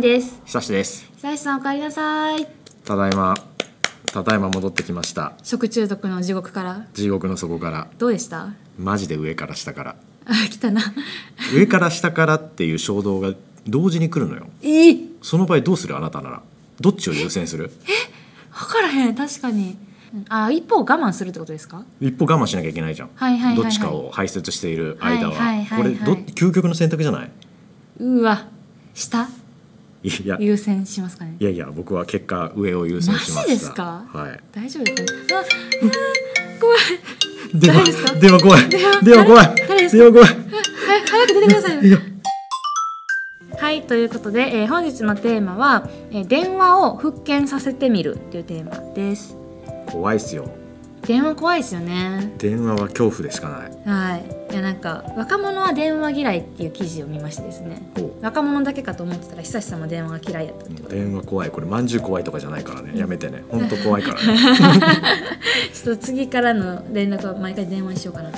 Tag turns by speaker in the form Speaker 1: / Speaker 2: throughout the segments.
Speaker 1: です
Speaker 2: 久しです
Speaker 1: 久石さんお帰りなさい
Speaker 2: ただいまただいま戻ってきました
Speaker 1: 食中毒の地獄から
Speaker 2: 地獄の底から
Speaker 1: どうでした
Speaker 2: マジで上から下から
Speaker 1: あ来たな
Speaker 2: 上から下からっていう衝動が同時に来るのよ
Speaker 1: いい
Speaker 2: その場合どうするあなたならどっちを優先する
Speaker 1: 分からへん確かにうんあ一方我慢するってことですか
Speaker 2: 一歩我慢しなきゃいけないじゃん、
Speaker 1: はいはいはいはい
Speaker 2: どっちかを排泄している間は,、
Speaker 1: はいはいはいはい
Speaker 2: これど究極の選択じゃないう
Speaker 1: わ下
Speaker 2: いやい
Speaker 1: 優先しますかね
Speaker 2: やいや僕は結果上を優先しました
Speaker 1: マジですか
Speaker 2: はい
Speaker 1: 大丈夫ですかああ怖い
Speaker 2: でも
Speaker 1: 誰ですか
Speaker 2: でも怖いでも怖い
Speaker 1: 誰ですか
Speaker 2: でも怖
Speaker 1: は
Speaker 2: い
Speaker 1: い早く出てください
Speaker 2: いや
Speaker 1: はいということで、えー本日のテーマは、えー電話を復権させてみるっていうテーマです
Speaker 2: 怖いっすよ
Speaker 1: 電話怖いですよね
Speaker 2: 電話は恐怖でしかない
Speaker 1: はいいやなんか若者は電話嫌いっていう記事を見ましてですね
Speaker 2: おう
Speaker 1: 若者だけかと思ってたら久志さんも電話が嫌いやったってことで
Speaker 2: 電話怖いこれまんじゅう怖いとかじゃないからねやめて ねほんと怖いからね
Speaker 1: ちょっと次からの連絡は毎回電話にしようかな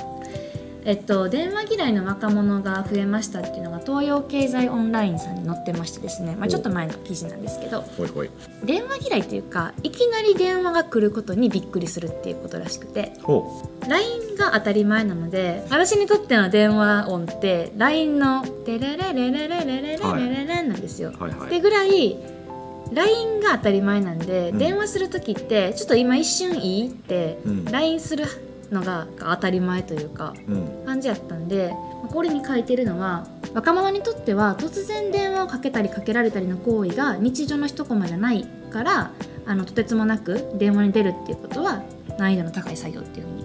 Speaker 1: えっと電話嫌いの若者が増えましたっていうのが東洋経済オンラインさんに載ってましてですね、まあ、ちょっと前の記事なんですけど
Speaker 2: ほいほい
Speaker 1: 電話嫌いというかいきなり電話が来ることにびっくりするっていうことらしくて
Speaker 2: ほう
Speaker 1: LINE が当たり前なので私にとっての電話音って LINE の「テレレレレレレレレレレレ」なんですよ。
Speaker 2: はいは
Speaker 1: って
Speaker 2: い
Speaker 1: ぐらい LINE が当たり前なんで、
Speaker 2: うん
Speaker 1: 電話する時ってちょっと今一瞬いいって
Speaker 2: うん
Speaker 1: LINE するのが当たり前というか
Speaker 2: うん
Speaker 1: 感じやったんでこれに書いてるのは若者にとっては突然電話をかけたりかけられたりの行為が日常の一コマじゃないからあのとてつもなく電話に出るっていうことは難易度の高い作業っていうふう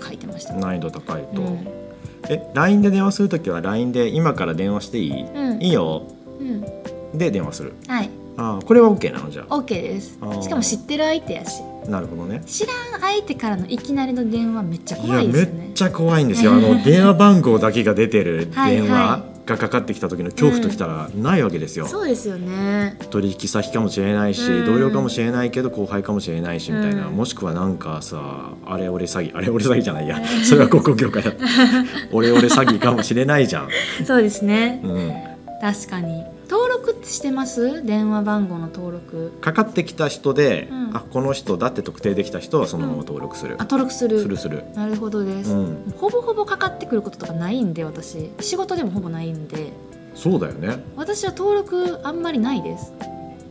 Speaker 1: に書いてました。
Speaker 2: 難易度高いと、
Speaker 1: うん
Speaker 2: え LINE で電話するときは LINE で今から電話していい、
Speaker 1: うん
Speaker 2: いいよ
Speaker 1: うん、
Speaker 2: で電話する
Speaker 1: はい
Speaker 2: ああこれは OK なのじゃ
Speaker 1: OK です
Speaker 2: あー
Speaker 1: しかも知ってる相手やし
Speaker 2: あなるほどね
Speaker 1: 知らん相手からのいきなりの電話めっちゃ
Speaker 2: い
Speaker 1: 怖
Speaker 2: や
Speaker 1: い
Speaker 2: め
Speaker 1: ですよね
Speaker 2: っちゃ怖いんですよあ の電話番号だけが出てる
Speaker 1: はい
Speaker 2: 電話がかかってきた時の恐怖ときたらないわけですよ、
Speaker 1: そうですよね
Speaker 2: 取引先かもしれないし、
Speaker 1: うん
Speaker 2: 同僚かもしれないけど後輩かもしれないしみたいな、
Speaker 1: うん
Speaker 2: もしくはなんかさあれ俺詐欺あれ俺詐欺じゃないや それは広告業界だった俺俺詐欺かもしれないじゃん、
Speaker 1: そうですね
Speaker 2: うん、
Speaker 1: 確かに登録してます電話番号の登録
Speaker 2: かかってきた人で、
Speaker 1: うん
Speaker 2: あこの人だって特定できた人はそのまま登録する
Speaker 1: あ、登録する
Speaker 2: するする
Speaker 1: なるほどです、
Speaker 2: うん
Speaker 1: ほぼほぼかかってくることとかないんで私仕事でもほぼないんで
Speaker 2: そうだよね
Speaker 1: 私は登録あんまりないです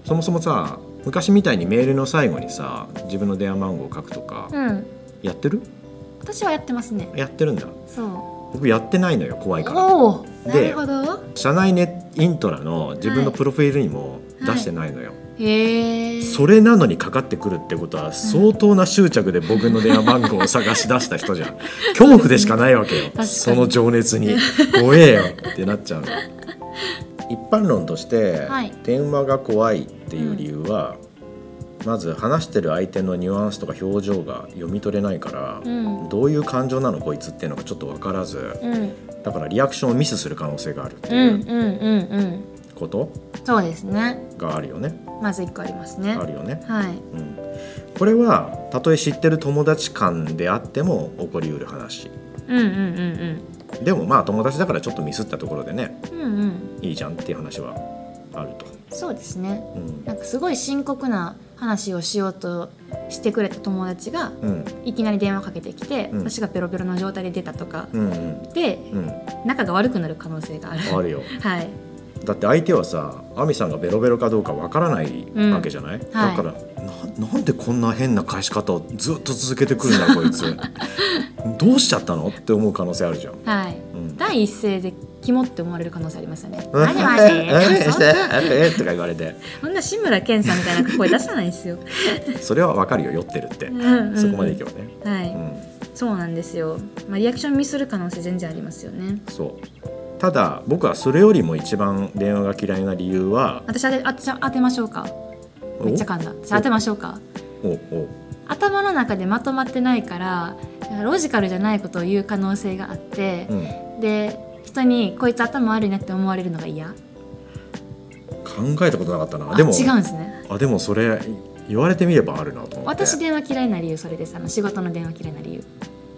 Speaker 2: そもそもさ昔みたいにメールの最後にさ自分の電話番号を書くとか、
Speaker 1: うん
Speaker 2: やってる
Speaker 1: 私はやってますね
Speaker 2: やってるんだ
Speaker 1: そう
Speaker 2: 僕やってないのよ怖いから
Speaker 1: おおな
Speaker 2: で
Speaker 1: るほど
Speaker 2: 社内ネイントラの自分のプロフィールにも出してないのよ、
Speaker 1: へえ
Speaker 2: それなのにかかってくるってことは相当な執着で僕の電話番号を探し出した人 じゃん恐怖でしかないわけ
Speaker 1: か
Speaker 2: よ
Speaker 1: に
Speaker 2: その情 熱に怖えよってなっちゃうの一般論として
Speaker 1: はい
Speaker 2: 電話が怖いっていう理由は、まず話してる相手のニュアンスとか表情が読み取れないから、
Speaker 1: うん
Speaker 2: どういう感情なのこいつっていうのがちょっと分からず
Speaker 1: うんうん
Speaker 2: だからリアクションをミスする可能性があるって
Speaker 1: う
Speaker 2: い
Speaker 1: ん
Speaker 2: う
Speaker 1: うんうん
Speaker 2: こと
Speaker 1: そうですね
Speaker 2: があるよね、
Speaker 1: まず一個ありますね
Speaker 2: あるよね。
Speaker 1: はい
Speaker 2: うんこれはたとえ知ってる友達間であっても起こりうる話
Speaker 1: うんうんうん
Speaker 2: でもまあ友達だからちょっとミスったところでね
Speaker 1: うんうんうん
Speaker 2: いいじゃんっていう話はあると、
Speaker 1: そうですね
Speaker 2: うん
Speaker 1: なんかすごい深刻な話をしようとしてくれた友達が
Speaker 2: うん
Speaker 1: いきなり電話かけてきて、
Speaker 2: うん
Speaker 1: 私がベロベロの状態で出たとか
Speaker 2: うんうん
Speaker 1: で
Speaker 2: うん
Speaker 1: 仲が悪くなる可能性がある
Speaker 2: あるよ
Speaker 1: はい
Speaker 2: だって相手はさ亜美さんがベロベロかどうかわからないわけじゃない、だ
Speaker 1: はい
Speaker 2: から、ななんでこんな変な返し方をずっと続けてくるんだこいつどうしちゃったのって思う可能性あるじゃん、
Speaker 1: はい
Speaker 2: うん、。
Speaker 1: 第一声でキモって思われる可能性ありますよね何マ
Speaker 2: えええ
Speaker 1: ジそ
Speaker 2: ええとか言われて
Speaker 1: そんな志村けんさんみたいな声出さないですよ。
Speaker 2: それはわかるよ酔ってるって
Speaker 1: うんうんうん
Speaker 2: そこまでいけばね、
Speaker 1: はい、
Speaker 2: うん、
Speaker 1: そうなんですよ。まあリアクションミスる可能性全然ありますよね。
Speaker 2: そうただ僕はそれよりも一番電話が嫌いな理由は
Speaker 1: 私当てあ私当てましょうか。めっちゃ噛んだ。私当てましょうか。
Speaker 2: おお
Speaker 1: 頭の中でまとまってないからロジカルじゃないことを言う可能性があって
Speaker 2: お、うん、
Speaker 1: で人にこいつ頭悪いなって思われるのが嫌。
Speaker 2: 考えたことなかったな
Speaker 1: あ
Speaker 2: でも
Speaker 1: 違うんですね。
Speaker 2: あでもそれ言われてみればあるなと思って
Speaker 1: 私電話嫌いな理由それです。あの仕事の電話嫌いな理由。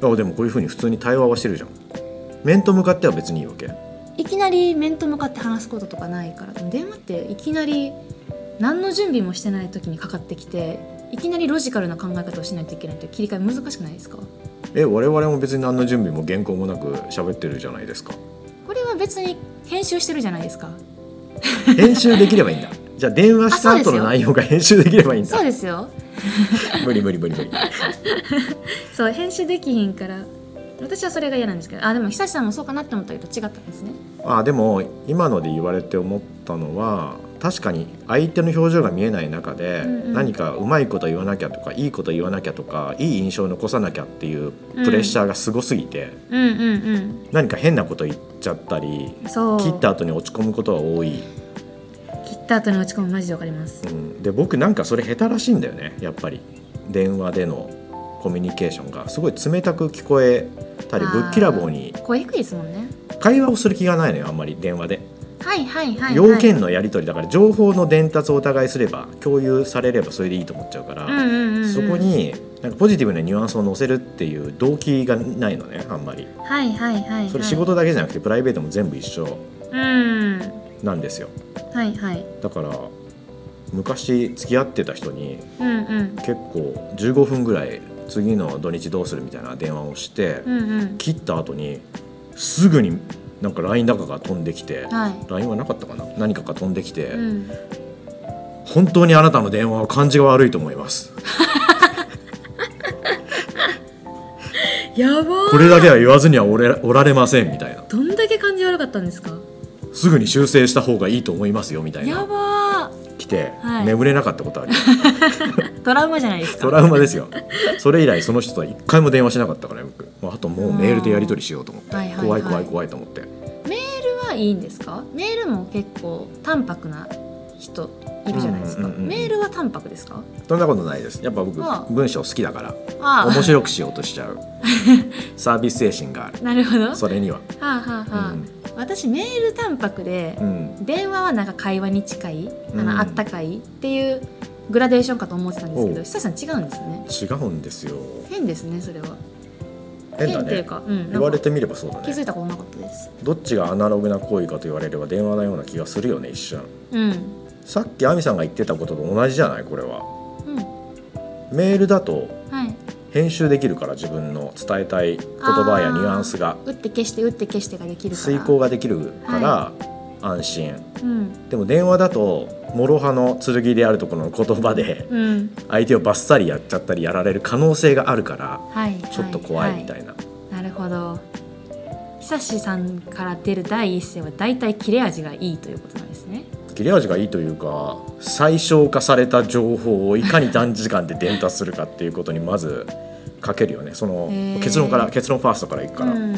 Speaker 2: あでもこういうふうに普通に対話はしてるじゃん面と向かっては別にいいわけ
Speaker 1: いきなり面と向かって話すこととかないからでも電話っていきなり何の準備もしてない時にかかってきていきなりロジカルな考え方をしないといけないって切り替え難しくないですか
Speaker 2: え我々も別に何の準備も原稿もなく喋ってるじゃないですか
Speaker 1: これは別に編集してるじゃないですか
Speaker 2: 編集できればいいんだじゃあ電話した
Speaker 1: あそうです
Speaker 2: 後の
Speaker 1: よ
Speaker 2: 内容が編集できればいいんだ
Speaker 1: そうですよ
Speaker 2: 無理無理無理無理
Speaker 1: そう編集できひんから私はそれが嫌なんですけどあでも久志さんもそうかなって思ったけど違ったんですね
Speaker 2: あでも今ので言われて思ったのは確かに相手の表情が見えない中で、
Speaker 1: うんうん
Speaker 2: 何かうまいこと言わなきゃとかいいこと言わなきゃとかいい印象を残さなきゃっていうプレッシャーがすごすぎて、
Speaker 1: うんうん
Speaker 2: 何か変なこと言っちゃったり
Speaker 1: うんそう
Speaker 2: 切った後に落ち込むことは多い、
Speaker 1: 切った後に落ち込むマジでわかります
Speaker 2: うん、で僕なんかそれ下手らしいんだよねやっぱり電話でのコミュニケーションがすごい冷たく聞こえたり
Speaker 1: あー
Speaker 2: ぶっきらぼうに
Speaker 1: 声低いですもんね
Speaker 2: 会話をする気がないのよあんまり電話で。
Speaker 1: はいはいはい、はい、
Speaker 2: 要件のやり取りだから情報の伝達をお互いすれば共有されればそれでいいと思っちゃうから、
Speaker 1: うんうんうんうん
Speaker 2: そこになんかポジティブなニュアンスを載せるっていう動機がないのねあんまり
Speaker 1: はいはいはいはい
Speaker 2: それ仕事だけじゃなくてプライベートも全部一緒
Speaker 1: うん
Speaker 2: なんですよ
Speaker 1: はいはい
Speaker 2: だから昔付き合ってた人に
Speaker 1: うんうん
Speaker 2: 結構15分ぐらい次の土日どうするみたいな電話をして、
Speaker 1: うんうん
Speaker 2: 切った後にすぐになんか LINE だかが飛んできて
Speaker 1: は
Speaker 2: LINE はなかったかな何かが飛んできて、
Speaker 1: い、うん、
Speaker 2: 本当にあなたの電話は感じが悪いと思います
Speaker 1: やば
Speaker 2: これだけは言わずにはおれおられませんみたいな
Speaker 1: どんだけ感じ悪かったんですか
Speaker 2: すぐに修正した方がいいと思いますよみたい
Speaker 1: や
Speaker 2: な
Speaker 1: ば
Speaker 2: 来て、
Speaker 1: はい
Speaker 2: 眠れなかったことあるよ
Speaker 1: ートラウマじゃないですか
Speaker 2: トラウマです よそれ以来その人とは一回も電話しなかったからね僕もうあともうメールでやり取りしようと思って、
Speaker 1: はいはいは
Speaker 2: 怖
Speaker 1: い
Speaker 2: い怖い怖いと思って
Speaker 1: はいいんですかメールも結構淡白な人いるじゃないですか、
Speaker 2: うんうんうんうん
Speaker 1: メールは淡白ですか
Speaker 2: そんなことないですやっぱ僕
Speaker 1: ああ
Speaker 2: 文章好きだから
Speaker 1: あ
Speaker 2: 面白くしようとしちゃう サービス精神がある
Speaker 1: あ なるほどは
Speaker 2: それには
Speaker 1: あはあはあ、私メール淡白で
Speaker 2: う、ん、
Speaker 1: 電話はなんか会話に近いあの、
Speaker 2: うん
Speaker 1: あったかいっていうグラデーションかと思ってたんですけ
Speaker 2: お
Speaker 1: ど
Speaker 2: う
Speaker 1: 久さん違うんですね
Speaker 2: 違うんですよ
Speaker 1: 変ですねそれは
Speaker 2: 変だ
Speaker 1: っていう
Speaker 2: ね
Speaker 1: か,、うん、なんか
Speaker 2: 言われてみればそうだ
Speaker 1: 気づ
Speaker 2: ね
Speaker 1: いたことなかったです
Speaker 2: どっちがアナログな行為かと言われれば電話のような気がするよね一瞬
Speaker 1: うん、
Speaker 2: さっき亜美さんが言ってたことと同じじゃないこれは
Speaker 1: うん、
Speaker 2: メールだと
Speaker 1: はい
Speaker 2: 編集できるから自分の伝えたい言葉やニュアンスが
Speaker 1: 打って消して打って消してができるから
Speaker 2: 遂行ができるから安心、
Speaker 1: うん
Speaker 2: でも電話だと諸刃の剣であるところの言葉で
Speaker 1: うん
Speaker 2: 相手をバッサリやっちゃったりやられる可能性があるから
Speaker 1: はい
Speaker 2: ちょっと怖いみた
Speaker 1: はい
Speaker 2: な、
Speaker 1: いなるほど久志さんから出る第一声はだいたい切れ味がいいということなんですね
Speaker 2: 切れ味がいいというか最小化された情報をいかに短時間で伝達するかっていうことにまずかけるよねその
Speaker 1: へー
Speaker 2: 結論から結論ファーストからいくから、
Speaker 1: うん、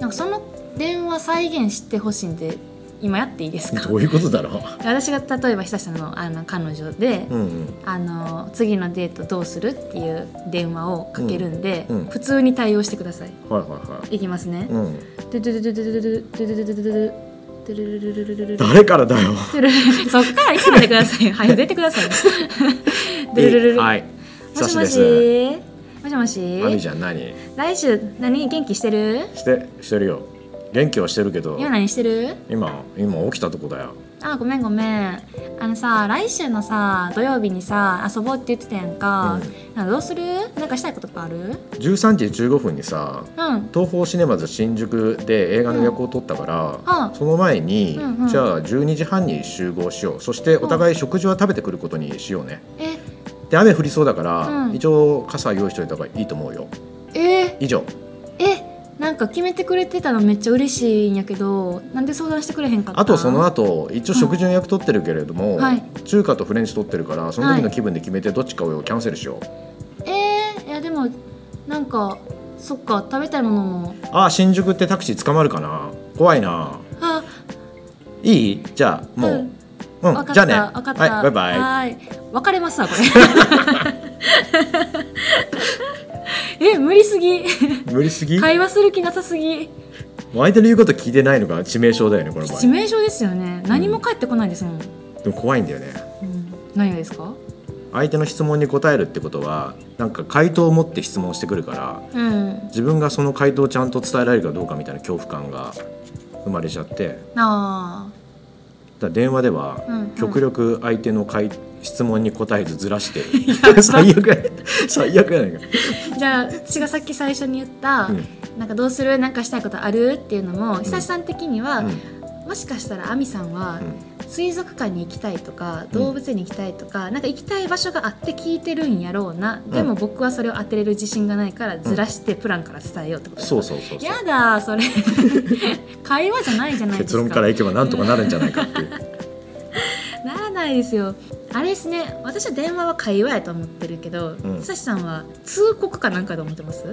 Speaker 1: なんかその電話再現してほしいんで今やっていいですか
Speaker 2: どういうことだろう
Speaker 1: 私が例えば久志さんのあの彼女で、
Speaker 2: うんうん、
Speaker 1: あの次のデートどうするっていう電話をかけるんで、
Speaker 2: うんうん
Speaker 1: 普通に対応してください
Speaker 2: はいはいはい
Speaker 1: いきますね、
Speaker 2: うん、
Speaker 1: ドゥドゥドゥドゥドゥドゥドゥドゥドゥドゥルルルルルルルル
Speaker 2: 誰からだよ。
Speaker 1: そっから行かないでくださいはい出てくださいドゥルルルルも
Speaker 2: はい、久
Speaker 1: し
Speaker 2: し
Speaker 1: も
Speaker 2: です。
Speaker 1: しもしも
Speaker 2: アミ
Speaker 1: し
Speaker 2: ちゃん何
Speaker 1: 来週何元気してる
Speaker 2: してしてるよ。元気はしてるけど、
Speaker 1: 今何してる
Speaker 2: 今今起きたとこだよ。
Speaker 1: あごめんごめんあのさ来週のさ土曜日にさ遊ぼうって言ってたやんか,、なんかどうするなんかしたいこととかある
Speaker 2: 13時15分にさ、
Speaker 1: うん
Speaker 2: 東宝シネマズ新宿で映画の予約を取ったから、
Speaker 1: うん
Speaker 2: その前に、
Speaker 1: うんうん
Speaker 2: じゃあ12時半に集合しよう。そしてお互い食事は食べてくることにしようね。
Speaker 1: え
Speaker 2: で雨降りそうだから、
Speaker 1: うん
Speaker 2: 一応傘用意しておいた方がいいと思うよ。
Speaker 1: え
Speaker 2: 以上。
Speaker 1: えなんか決めてくれてたのめっちゃ嬉しいんやけどなんで相談してくれへんかった
Speaker 2: あとその後一応食事の予約取ってるけれども、
Speaker 1: はい
Speaker 2: 中華とフレンチ取ってるからその時
Speaker 1: は
Speaker 2: の
Speaker 1: い
Speaker 2: 気分で決めてどっちかをキャンセルしよう。
Speaker 1: えー、いやでもなんかそっか食べたいものも
Speaker 2: あー新宿ってタクシー捕まるかな怖いな
Speaker 1: あ
Speaker 2: いいじゃあもう、
Speaker 1: う
Speaker 2: うん
Speaker 1: 分
Speaker 2: ん
Speaker 1: かった
Speaker 2: じゃあね
Speaker 1: 分かった
Speaker 2: はいバイバイ
Speaker 1: イ別れますわこ れえ無理すぎ
Speaker 2: 無理すぎ、
Speaker 1: 会話する気なさすぎ
Speaker 2: もう相手の言うこと聞いてないのが致命傷だよねこの場合
Speaker 1: 致命傷ですよね何も返ってこないですもん、
Speaker 2: でも怖いんだよね
Speaker 1: うん、何がですか
Speaker 2: 相手の質問に答えるってことはなんか回答を持って質問してくるから
Speaker 1: うん
Speaker 2: 自分がその回答をちゃんと伝えられるかどうかみたいな恐怖感が生まれちゃってだか
Speaker 1: あ
Speaker 2: ら電話では
Speaker 1: あ、うんうん、
Speaker 2: 極力相手の回質問に答えずずらしてる最悪や最悪やないか、
Speaker 1: じゃあ私がさっき最初に言った、
Speaker 2: うん
Speaker 1: なんかどうするなんかしたいことあるっていうのも久志さん的には、
Speaker 2: うん
Speaker 1: もしかしたら亜美さんは
Speaker 2: うん
Speaker 1: 水族館に行きたいとか
Speaker 2: ん
Speaker 1: 動物園に行きたいとか、なんか行きたい場所があって聞いてるんやろうな、
Speaker 2: ん
Speaker 1: でも僕はそれを当てれる自信がないからずらしてプランから伝えようってことですか
Speaker 2: そうそうそうそう
Speaker 1: やだーそれ 会話じゃないじゃないです
Speaker 2: 結
Speaker 1: か
Speaker 2: 論からいけばなんとかなるんじゃないかっていう
Speaker 1: ならないですよあれですね私は電話は会話やと思ってるけど
Speaker 2: ん
Speaker 1: 久志、さんは通告かなんかと思ってます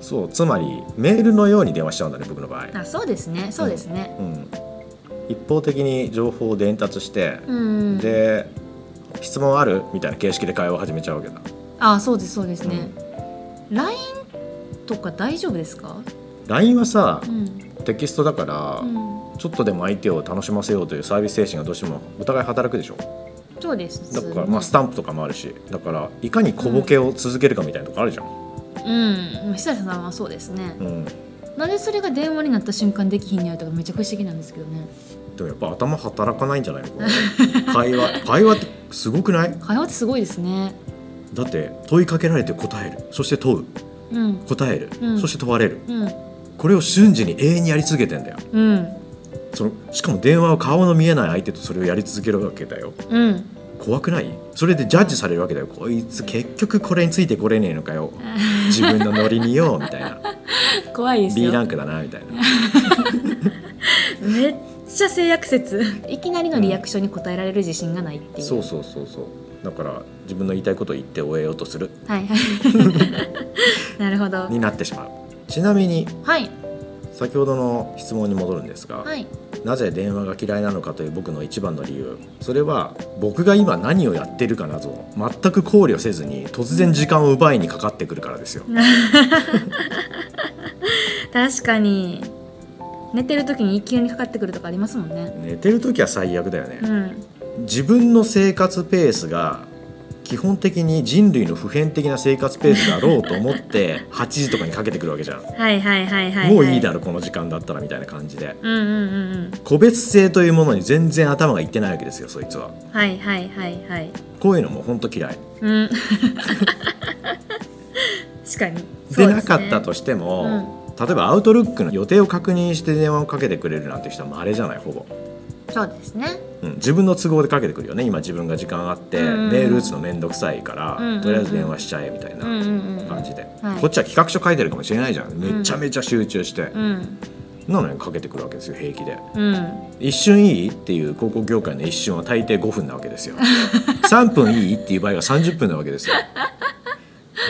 Speaker 2: そうつまりメールのように電話しちゃうんだね僕の場合、
Speaker 1: あそうですねそうですね
Speaker 2: うん、一方的に情報を伝達して、
Speaker 1: うん
Speaker 2: で質問あるみたいな形式で会話を始めちゃうわけだ
Speaker 1: あそうですそうですね、LINE とか大丈夫ですか
Speaker 2: LINE はさ
Speaker 1: うん、
Speaker 2: テキストだから、
Speaker 1: うん、
Speaker 2: ちょっとでも相手を楽しませようというサービス精神がどうしてもお互い働くでしょ
Speaker 1: そうです
Speaker 2: だから、まあ、スタンプとかもあるしだからいかに小ボケを続けるかみたいなとこあるじゃん、
Speaker 1: うん久志さんはそうですね
Speaker 2: う、ん、
Speaker 1: なんでそれが電話になった瞬間できひんのやとかめちゃくちゃ不思議なんですけどね
Speaker 2: でもやっぱ頭働かないんじゃないのかな 会話会話ってすごくない
Speaker 1: 会話ってすごいですね
Speaker 2: だって問いかけられて答えるそして問う
Speaker 1: うん
Speaker 2: 答える、
Speaker 1: うん
Speaker 2: そして問われる
Speaker 1: うん
Speaker 2: これを瞬時に永遠にやり続けてんだよ
Speaker 1: うん
Speaker 2: そのしかも電話は顔の見えない相手とそれをやり続けるわけだよ
Speaker 1: うん
Speaker 2: 怖くないそれでジャッジされるわけだよこいつ結局これについてこれねえのかよ自分のノリに よみたいな
Speaker 1: 怖いですよ
Speaker 2: B ランクだなみたいな
Speaker 1: めっちゃ性悪説いきなりのリアクションに答えられる自信がないっていう、
Speaker 2: そうそうそうそうだから自分の言いたいことを言って終えようとする
Speaker 1: はいはい なるほど
Speaker 2: になってしまうちなみに
Speaker 1: はい
Speaker 2: 先ほどの質問に戻るんですが、
Speaker 1: はい
Speaker 2: なぜ電話が嫌いなのかという僕の一番の理由それは僕が今何をやってるかなど全く考慮せずに突然時間を奪いにかかってくるからですよ、
Speaker 1: 確かに寝てる時に勢いにかかってくるとかありますもんね
Speaker 2: 寝てる時は最悪だよ
Speaker 1: う
Speaker 2: ね、
Speaker 1: ん
Speaker 2: 自分の生活ペースが基本的に人類の普遍的な生活ペースだろうと思って 8時とかにかけてくるわけじゃん、
Speaker 1: はいはいはいはい、
Speaker 2: もういいだ
Speaker 1: ろ
Speaker 2: ろこの時間だったらみたいな感じで
Speaker 1: うんうんうん
Speaker 2: 個別性というものに全然頭がいってないわけですよそいつは
Speaker 1: うんはいはいはいはい
Speaker 2: こういうのも本当嫌い
Speaker 1: うん確かに
Speaker 2: でなかったとしても、例えばアウトルックの予定を確認して電話をかけてくれるなんて人はまれじゃないほぼ、
Speaker 1: そうですねそうですね
Speaker 2: うん、自分の都合でかけてくるよね今自分が時間あって、
Speaker 1: うん
Speaker 2: メール打つの面倒くさいから、
Speaker 1: うんうんうん
Speaker 2: とりあえず電話しちゃえみたいな
Speaker 1: うんうんうん
Speaker 2: 感じで、
Speaker 1: はい
Speaker 2: こっちは企画書書いてるかもしれないじゃんめちゃめちゃ集中して
Speaker 1: う、ん
Speaker 2: なのにかけてくるわけですよ平気で
Speaker 1: うん
Speaker 2: 一瞬いいっていう広告業界の一瞬は大抵5分なわ けですよ3分いいっていう場合が30分なわけですよ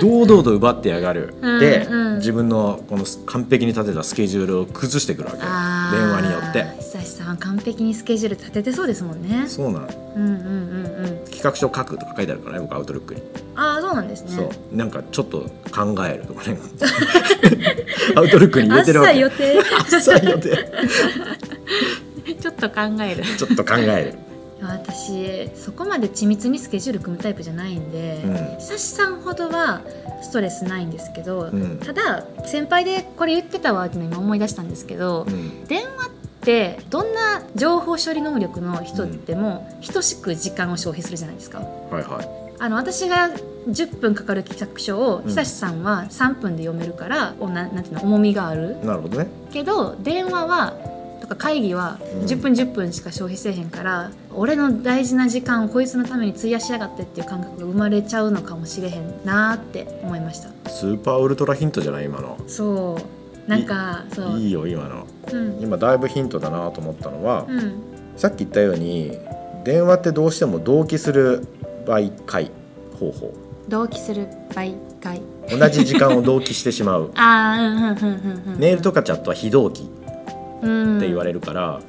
Speaker 2: 堂々と奪ってやがる、
Speaker 1: うん
Speaker 2: で、
Speaker 1: うん
Speaker 2: 自分のこの完璧に立てたスケジュールを崩してくるわけ電
Speaker 1: あー
Speaker 2: 話によって
Speaker 1: 久志さんは完璧にスケジュール立ててそうですもんね
Speaker 2: そうなん
Speaker 1: うんうんうんうん
Speaker 2: 企画書書くとか書いてあるからね僕アウトルックに、
Speaker 1: ああそうなんですね
Speaker 2: そうなんかちょっと考えるとかね アウトルックに入れてるわ
Speaker 1: 朝
Speaker 2: け
Speaker 1: 予定
Speaker 2: 朝予定
Speaker 1: ちょっと考える
Speaker 2: ちょっと考え
Speaker 1: 私そこまで緻密にスケジュール組むタイプじゃないんで、
Speaker 2: うん
Speaker 1: 久志さんほどはストレスないんですけど、
Speaker 2: うん
Speaker 1: ただ先輩でこれ言ってたわっていうの今思い出したんですけど、
Speaker 2: る、うん
Speaker 1: 電話ってどんな情報処理能力の人でも等しく時間を消費するじゃないですか。
Speaker 2: はいは
Speaker 1: あの私が10分かかる企画書を久志さんは3分で読めるから、おななんていうの重みがある
Speaker 2: いなるほどね
Speaker 1: けど電話はとか会議は
Speaker 2: うん
Speaker 1: 10分10分しか消費せえへんから、俺の大事な時間をこいつのために費やしやがってっていう感覚が生まれちゃうのかもしれへんなーって思いました
Speaker 2: スーパーウルトラヒントじゃない今の
Speaker 1: そうなんかそう
Speaker 2: いいよ今の
Speaker 1: うん
Speaker 2: 今だいぶヒントだなと思ったのは、
Speaker 1: うん
Speaker 2: さっき言ったように電話ってどうしても同期する媒介方法
Speaker 1: 同期する媒介
Speaker 2: 同じ時間を同期してしまう
Speaker 1: ああうんうん うんうんうん
Speaker 2: メールとかチャットは非同期っ
Speaker 1: うん
Speaker 2: て言われるから、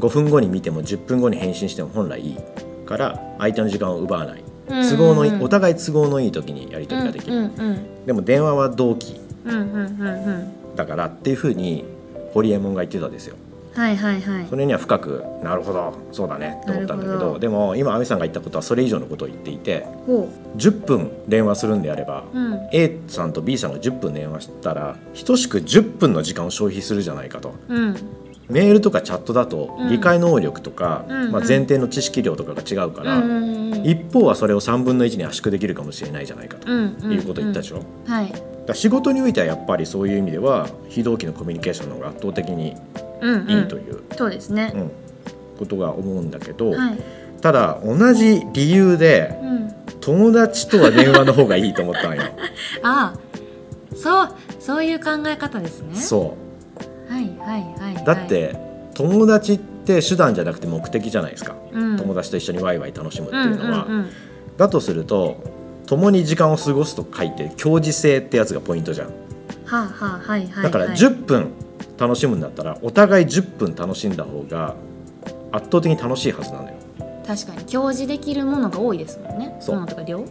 Speaker 2: 5分後に見ても10分後に返信しても本来いいから相手の時間を奪わない都合のいい、お互い都合のいい時にやり取りができる、
Speaker 1: うんうん
Speaker 2: でも電話は同期
Speaker 1: うんうんうんうんうん
Speaker 2: だからっていうふうにホリエモンが言ってたんですよ
Speaker 1: はいはいはい
Speaker 2: それには深くなるほどそうだねと思ったんだけ
Speaker 1: な
Speaker 2: ど
Speaker 1: るほど
Speaker 2: でも今亜美さんが言ったことはそれ以上のことを言っていて
Speaker 1: ほ
Speaker 2: 10分電話するんであれば、
Speaker 1: ううん
Speaker 2: A さんと B さんが10分電話したら等しく10分の時間を消費するじゃないかと
Speaker 1: うん
Speaker 2: メールとかチャットだと
Speaker 1: うん
Speaker 2: 理解能力とか、
Speaker 1: うんうん
Speaker 2: まあ、前提の知識量とかが違うか
Speaker 1: う
Speaker 2: ら、
Speaker 1: んうんうん
Speaker 2: 一方はそれを3分の1に圧縮できるかもしれないじゃないかと、
Speaker 1: うんうん
Speaker 2: いうことを言ったでしょ。
Speaker 1: うんはい
Speaker 2: だから仕事においてはやっぱりそういう意味では非同期のコミュニケーションの方が圧倒的に
Speaker 1: うんうん
Speaker 2: いいという、
Speaker 1: そうですね
Speaker 2: うんことが思うんだけど、
Speaker 1: はい
Speaker 2: ただ同じ理由で
Speaker 1: うん
Speaker 2: 友達とは電話の方がいいと思った んよ
Speaker 1: ああそうそういう考え方ですね
Speaker 2: そ
Speaker 1: はいはいはい、はいう
Speaker 2: だって友達って手段じゃなくて目的じゃないですか、友
Speaker 1: 達
Speaker 2: 達と一緒にワイワイ楽しむっていうのは、
Speaker 1: うんうんうん
Speaker 2: だとすると共に時間を過ごすと書いて共時性ってやつがポイントじゃん
Speaker 1: はあはあはいはいはい
Speaker 2: だから10分楽しむんだったらお互い10分楽しんだ方が圧倒的に楽しいはずなのよ
Speaker 1: 確かに教示できるものが多いですもんね
Speaker 2: そう
Speaker 1: ものとか量、うん、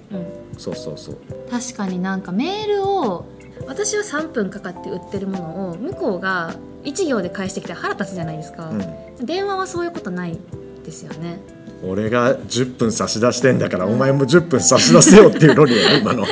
Speaker 2: そうそうそう
Speaker 1: 確かになんかメールを私は3分かかって売ってるものを向こうが1行で返してきたら腹立つじゃないですか、
Speaker 2: うん
Speaker 1: 電話はそういうことないですよね
Speaker 2: 俺が10分差し出してんだからお前も10分差し出せよっていう論理だよ今 の
Speaker 1: はい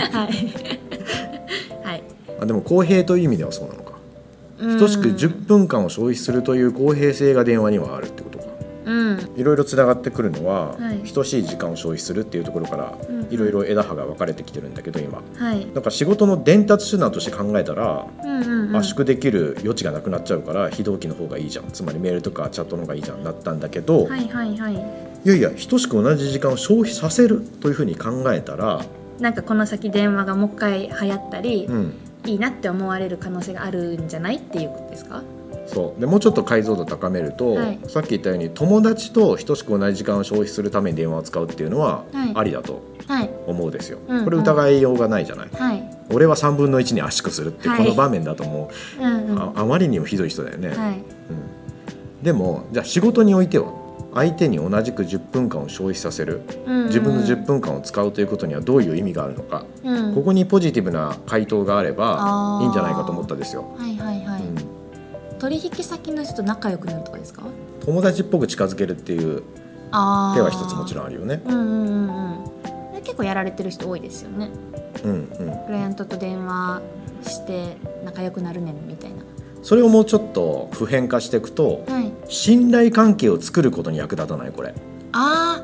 Speaker 1: はい
Speaker 2: あでも公平という意味ではそうなのか 等しく10分間を消費するという公平性が電話にはあるってことか
Speaker 1: うん
Speaker 2: いろいろつながってくるのは、
Speaker 1: はい
Speaker 2: 等しい時間を消費するっていうところから
Speaker 1: うん
Speaker 2: いろいろ枝葉が分かれてきてるんだけど今
Speaker 1: はい
Speaker 2: なんか仕事の伝達手段として考えたら
Speaker 1: うんうんうん
Speaker 2: 圧縮できる余地がなくなっちゃうから非同期の方がいいじゃんつまりメールとかチャットの方がいいじゃんなったんだけど、、
Speaker 1: はいいはいはい
Speaker 2: やいや等しく同じ時間を消費させるというふうに考えたら、
Speaker 1: なんかこの先電話がもう一回流行ったり、
Speaker 2: うん、
Speaker 1: いいなって思われる可能性があるんじゃないっていうことですか
Speaker 2: そうでもうちょっと解像度高めると、
Speaker 1: はい
Speaker 2: さっき言ったように友達と等しく同じ時間を消費するために電話を使うっていうのは
Speaker 1: はい
Speaker 2: ありだと
Speaker 1: はい
Speaker 2: 思うですよ。
Speaker 1: うんうん
Speaker 2: これ疑いようがないじゃない。
Speaker 1: はい
Speaker 2: 俺は3分の1に圧縮するって
Speaker 1: はい
Speaker 2: この場面だとも
Speaker 1: うん
Speaker 2: う、
Speaker 1: うん
Speaker 2: あ
Speaker 1: は
Speaker 2: あまりにもひどい人だよね。
Speaker 1: い
Speaker 2: うん、でもじゃあ仕事においては相手に同じく10分間を消費させる
Speaker 1: うんうん
Speaker 2: 自分の10分間を使うということにはどういう意味があるのか、
Speaker 1: うん
Speaker 2: ここにポジティブな回答があれば
Speaker 1: あー
Speaker 2: いいんじゃないかと思ったですよ。
Speaker 1: はいはいはい、
Speaker 2: うん
Speaker 1: 取引先の人と仲良くなるとかですか
Speaker 2: 友達っぽく近づけるっていう
Speaker 1: あ
Speaker 2: 手は一つもちろ
Speaker 1: ん
Speaker 2: んあるよね。
Speaker 1: うんうんうんうんで結構やられてる人多いですよね
Speaker 2: うんうん、
Speaker 1: クライアントと電話して仲良くなるねんみたいな
Speaker 2: それをもうちょっと普遍化していくと
Speaker 1: はい
Speaker 2: 信頼関係を作ることに役立たないこれ。
Speaker 1: あ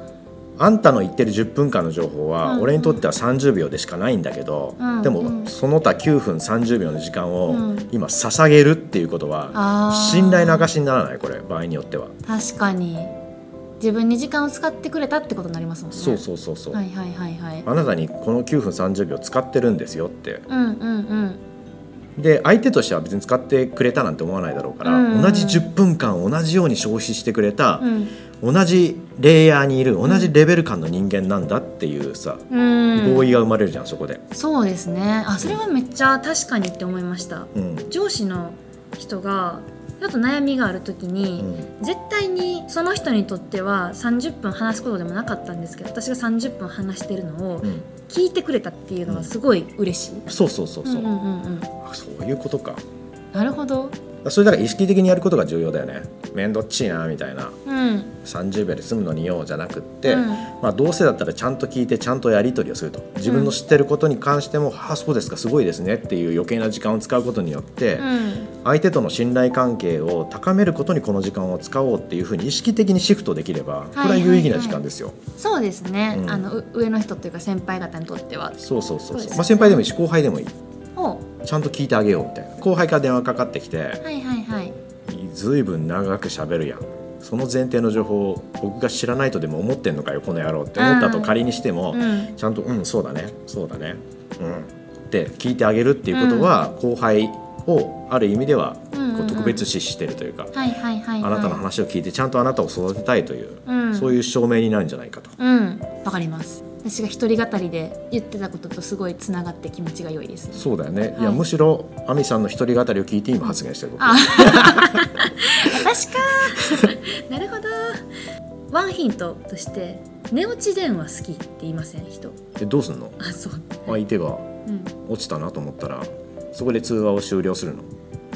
Speaker 2: あんたの言ってる10分間の情報
Speaker 1: うん
Speaker 2: は
Speaker 1: うん
Speaker 2: 俺にとっては30秒でしかないんだけど、
Speaker 1: うんうん
Speaker 2: でもその他9分30秒の時間を
Speaker 1: うん
Speaker 2: 今捧げるっていうこと
Speaker 1: ー
Speaker 2: は
Speaker 1: あー
Speaker 2: 信頼の証にならないこれ場合によっては、
Speaker 1: 確かに自分に時間を使ってくれたってことになりますもんね
Speaker 2: そうそうそうそう、
Speaker 1: はいはいはいはい
Speaker 2: あなたにこの9分30秒使ってるんですよって
Speaker 1: うんうんうん
Speaker 2: で相手としては別に使ってくれたなんて思わないだろうから、
Speaker 1: うんうん
Speaker 2: 同じ10分間同じように消費してくれた
Speaker 1: う、ん
Speaker 2: 同じレイヤーにいる同じレベル感の人間なんだっていうさ、
Speaker 1: うん
Speaker 2: 合意が生まれるじゃんそこで。
Speaker 1: そうですねあそれはめっちゃ確かにって思いました
Speaker 2: うん
Speaker 1: 上司の人がちょっと悩みがある時
Speaker 2: う
Speaker 1: に、
Speaker 2: ん
Speaker 1: 絶対にその人にとっては30分話すことでもなかったんですけど私が30分話してるのを
Speaker 2: うん
Speaker 1: 聞いてくれたっていうのがすごい嬉しい、
Speaker 2: そうそうそうそう、
Speaker 1: うんうんうんうん
Speaker 2: あそういうことか
Speaker 1: なるほど
Speaker 2: それだから意識的にやることが重要だよね面倒っちいなみたいな
Speaker 1: うん
Speaker 2: 30秒で済むのにようじゃなくって、
Speaker 1: うん
Speaker 2: まあ、どうせだったらちゃんと聞いてちゃんとやり取りをすると自分の知ってることに関しても「あそうですかすごいですね」っていう余計な時間を使うことによって、
Speaker 1: うん
Speaker 2: 相手との信頼関係を高めることにこの時間を使おうっていうふうに意識的にシフトできればこれは有意義な時間ですよ。
Speaker 1: そうですね、
Speaker 2: うん
Speaker 1: あのう上の人というか先輩方にとっては
Speaker 2: そうそうそ
Speaker 1: そう
Speaker 2: うそう
Speaker 1: ですね
Speaker 2: まあ、先輩でもいいし後輩でもいい
Speaker 1: お
Speaker 2: ちゃんと聞いてあげようみたいな後輩から電話かかってきて
Speaker 1: はいはいはい
Speaker 2: ずいぶん長く喋るやんその前提の情報を僕が知らないとでも思ってんのかよこの野郎って思ったと
Speaker 1: うん
Speaker 2: 仮にしても、
Speaker 1: うん
Speaker 2: ちゃんと「うんそうだねそうだねうん」って聞いてあげるっていうことは、後輩をある意味では
Speaker 1: うんうんうん
Speaker 2: こう特別視してるというか、
Speaker 1: はいはいはい、はい、
Speaker 2: あなたの話を聞いてちゃんとあなたを育てたいという、
Speaker 1: うん
Speaker 2: そういう証明になるんじゃないかと。
Speaker 1: うんわかります私が一人語りで言ってたこととすごいつながって気持ちが良いですね
Speaker 2: そうだよね、い、
Speaker 1: は
Speaker 2: や
Speaker 1: い
Speaker 2: むしろ亜美さんの一人語りを聞いて今発言してる僕
Speaker 1: あ 私かなるほどワンヒントとして寝落ち電話好きって言いません人
Speaker 2: でどうすんの
Speaker 1: あそう
Speaker 2: 相手が
Speaker 1: うん
Speaker 2: 落ちたなと思ったらそこで通話を終了するの、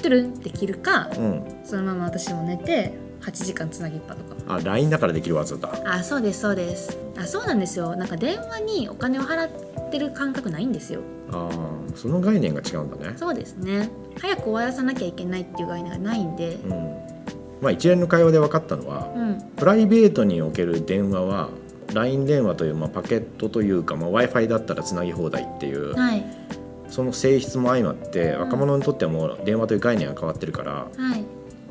Speaker 1: トゥルンって切るか
Speaker 2: うん、
Speaker 1: そのまま私も寝て8時間つなぎっぱとか
Speaker 2: あ LINE だからできる技だ
Speaker 1: あそうですそうですあそうなんですよなんか電話にお金を払ってる感覚ないんですよ
Speaker 2: ああその概念が違うんだね
Speaker 1: そうですね早く終わらさなきゃいけないっていう概念がないんで
Speaker 2: うんまあ、一連の会話で分かったのは
Speaker 1: うん
Speaker 2: プライベートにおける電話は LINE 電話という、まあ、パケットというか、まあ、w i f i だったらつなぎ放題っていう
Speaker 1: はい
Speaker 2: その性質も相まって若者にとってはもう電話という概念が変わってるから
Speaker 1: はい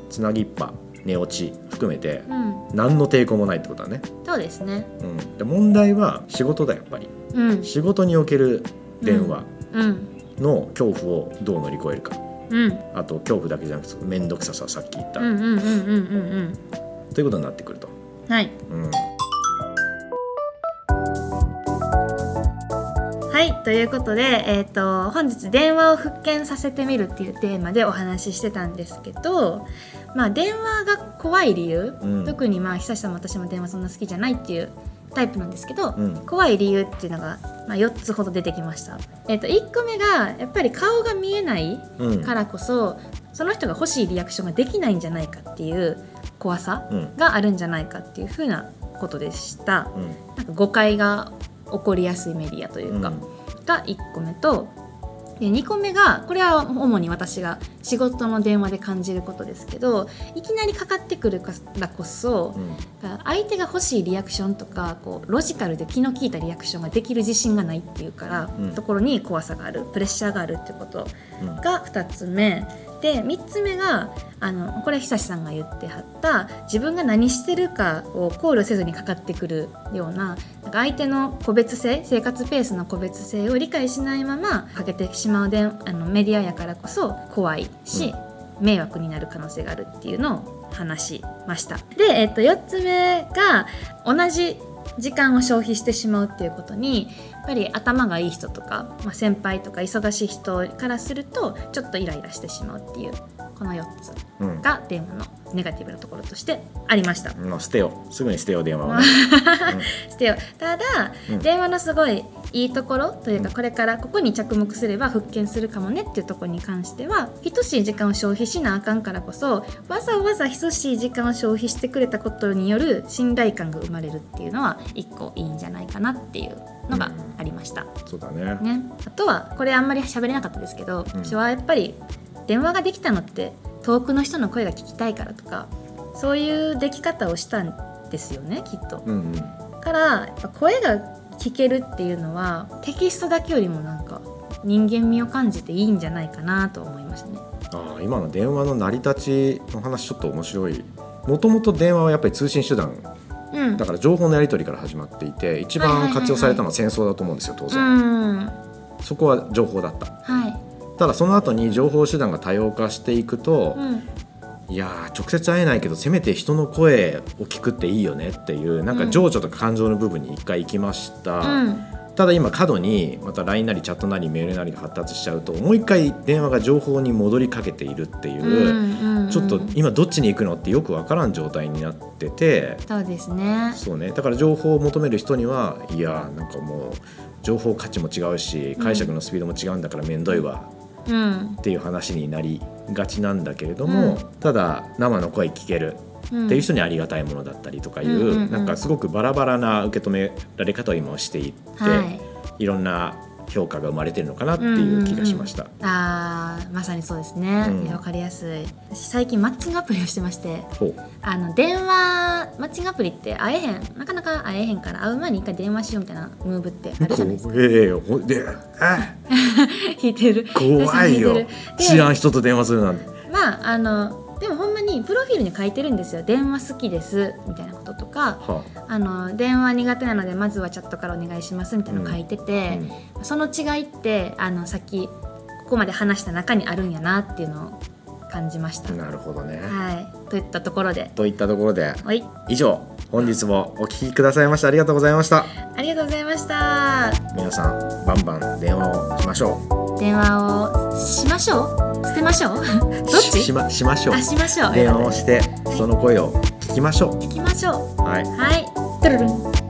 Speaker 2: つなぎっぱ寝落ち含めて
Speaker 1: うん
Speaker 2: 何の抵抗もないってことだね、
Speaker 1: そうですね
Speaker 2: うん、で問題は仕事だやっぱり
Speaker 1: うん
Speaker 2: 仕事における電話
Speaker 1: うん
Speaker 2: の恐怖をどう乗り越えるか
Speaker 1: うん
Speaker 2: あと恐怖だけじゃなくて面倒くさささっき言った、
Speaker 1: うんうんうんうんうんうん
Speaker 2: ということになってくると。
Speaker 1: はい
Speaker 2: うん
Speaker 1: はいということで、えー、と本日「電話を復権させてみる」っていうテーマでお話ししてたんですけど、まあ、電話が怖い理由、
Speaker 2: うん
Speaker 1: 特にまあ久志さんも私も電話そんな好きじゃないっていうタイプなんですけど、
Speaker 2: うん
Speaker 1: 怖い理由っていうのが、まあ、4つほど出てきました、えー、と1個目がやっぱり顔が見えない
Speaker 2: うん
Speaker 1: からこそ、その人が欲しいリアクションができないんじゃないかっていう怖さ
Speaker 2: うん
Speaker 1: があるんじゃないかっていうふうなことでした。
Speaker 2: うん
Speaker 1: なんか誤解が起こりやすいメディアというか、が1個目とで2個目がこれは主に私が仕事の電話で感じることですけどいきなりかかってくるからこそ
Speaker 2: うん
Speaker 1: 相手が欲しいリアクションとかこうロジカルで気の利いたリアクションができる自信がないっていうから、
Speaker 2: うん
Speaker 1: ところに怖さがあるプレッシャーがあるってこと
Speaker 2: うん
Speaker 1: が2つ目で3つ目があのこれは久志さんが言ってはった自分が何してるかを考慮せずにかかってくるようななんか相手の個別性生活ペースの個別性を理解しないままかけてしまうでんあのメディアやからこそ怖いし、迷惑になる可能性があるっていうのを話しました。で、えっと4つ目が同じ時間を消費してしまうっていうことにやっぱり頭がいい人とか、まあ、先輩とか忙しい人からするとちょっとイライラしてしまうっていうこの4つ
Speaker 2: うん
Speaker 1: が電話のネガティブなところとしてありました。
Speaker 2: うんまあ捨てようすぐに捨てよう電話はね、
Speaker 1: してよただ、
Speaker 2: うん
Speaker 1: 電話のすごいいいところというか、
Speaker 2: うん
Speaker 1: これからここに着目すれば復権するかもねっていうところに関しては等しい時間を消費しなあかんからこそわざわざ等しい時間を消費してくれたことによる信頼感が生まれるっていうのは一個いいんじゃないかなっていうのがありました。
Speaker 2: そうだね
Speaker 1: ね、あとはこれあんまり喋れなかったですけど、
Speaker 2: うん
Speaker 1: 私はやっぱり電話ができたのって遠くの人の声が聞きたいからとかそういうでき方をしたんですよねきっと。
Speaker 2: うんうん
Speaker 1: からやっぱ声が聞けるっていうのはテキストだけよりもなんか人間味を感じていいんじゃないかなと思いましたね。
Speaker 2: ああ今の電話の成り立ちの話ちょっと面白いもともと電話はやっぱり通信手段
Speaker 1: うん
Speaker 2: だから情報のやり取りから始まっていて一
Speaker 1: はいはい
Speaker 2: 番
Speaker 1: はいはい
Speaker 2: 活用されたのは戦争だと思うんですよ当
Speaker 1: う
Speaker 2: 然、
Speaker 1: ん
Speaker 2: そこは情報だった
Speaker 1: はい
Speaker 2: ただその後に情報手段が多様化していくと
Speaker 1: う、ん
Speaker 2: いやー直接会えないけどせめて人の声を聞くっていいよねっていうなんか情緒とか感情の部分に一回行きました、
Speaker 1: うん
Speaker 2: ただ今過度にまた LINE なりチャットなりメールなりが発達しちゃうともう一回電話が情報に戻りかけているっていうう、
Speaker 1: んうん
Speaker 2: ちょっと今どっちに行くのってよくわからん状態になってて
Speaker 1: そうですね。
Speaker 2: そうねだから情報を求める人にはいやーなんかもう情報価値も違うし解釈のスピードも違うんだからめんどいわ
Speaker 1: うん
Speaker 2: っていう話になりがちなんだけれど
Speaker 1: う
Speaker 2: も、
Speaker 1: ん
Speaker 2: ただ生の声聞ける
Speaker 1: うん
Speaker 2: っていう人にありがたいものだったりとかいう、
Speaker 1: うんうんうん
Speaker 2: なんかすごくバラバラな受け止められ方を今はしていって、
Speaker 1: はい。
Speaker 2: い、ろんな評価が生まれてるのかなっていう気がしました。
Speaker 1: あーまさにそうですね、
Speaker 2: うん
Speaker 1: いやわかりやすい私最近マッチングアプリをしてまして
Speaker 2: ほう
Speaker 1: あの電話マッチングアプリって会えへんなかなか会えへんから会う前に一回電話しようみたいなムーブってあるじゃないですか
Speaker 2: 怖えよほであ
Speaker 1: 引いてる
Speaker 2: 怖い
Speaker 1: 引
Speaker 2: よ
Speaker 1: てるで
Speaker 2: 知らん人と電話するなんて。
Speaker 1: まああのでもほんまにプロフィールに書いてるんですよ電話好きですみたいなこととか
Speaker 2: は
Speaker 1: あの電話苦手なのでまずはチャットからお願いしますみたいなの書いて
Speaker 2: あ
Speaker 1: て、その違いってあのさっきここまで話した中にあるんやなっていうのを感じました。
Speaker 2: うんなるほどね、
Speaker 1: はい、といったところで、
Speaker 2: といったところで
Speaker 1: はい、
Speaker 2: 以上本日もお聞きくださいましてありがとうございました
Speaker 1: ありがとうございました。
Speaker 2: 皆さんバンバン電話をしましょう
Speaker 1: 電話をしましょう、捨てましょう。 どっ
Speaker 2: しし
Speaker 1: ち？
Speaker 2: ましましょう
Speaker 1: あ、しましょう。
Speaker 2: 電話をして人の声を聞きましょ
Speaker 1: 聞きましょう。
Speaker 2: うはい
Speaker 1: はい。トゥルルン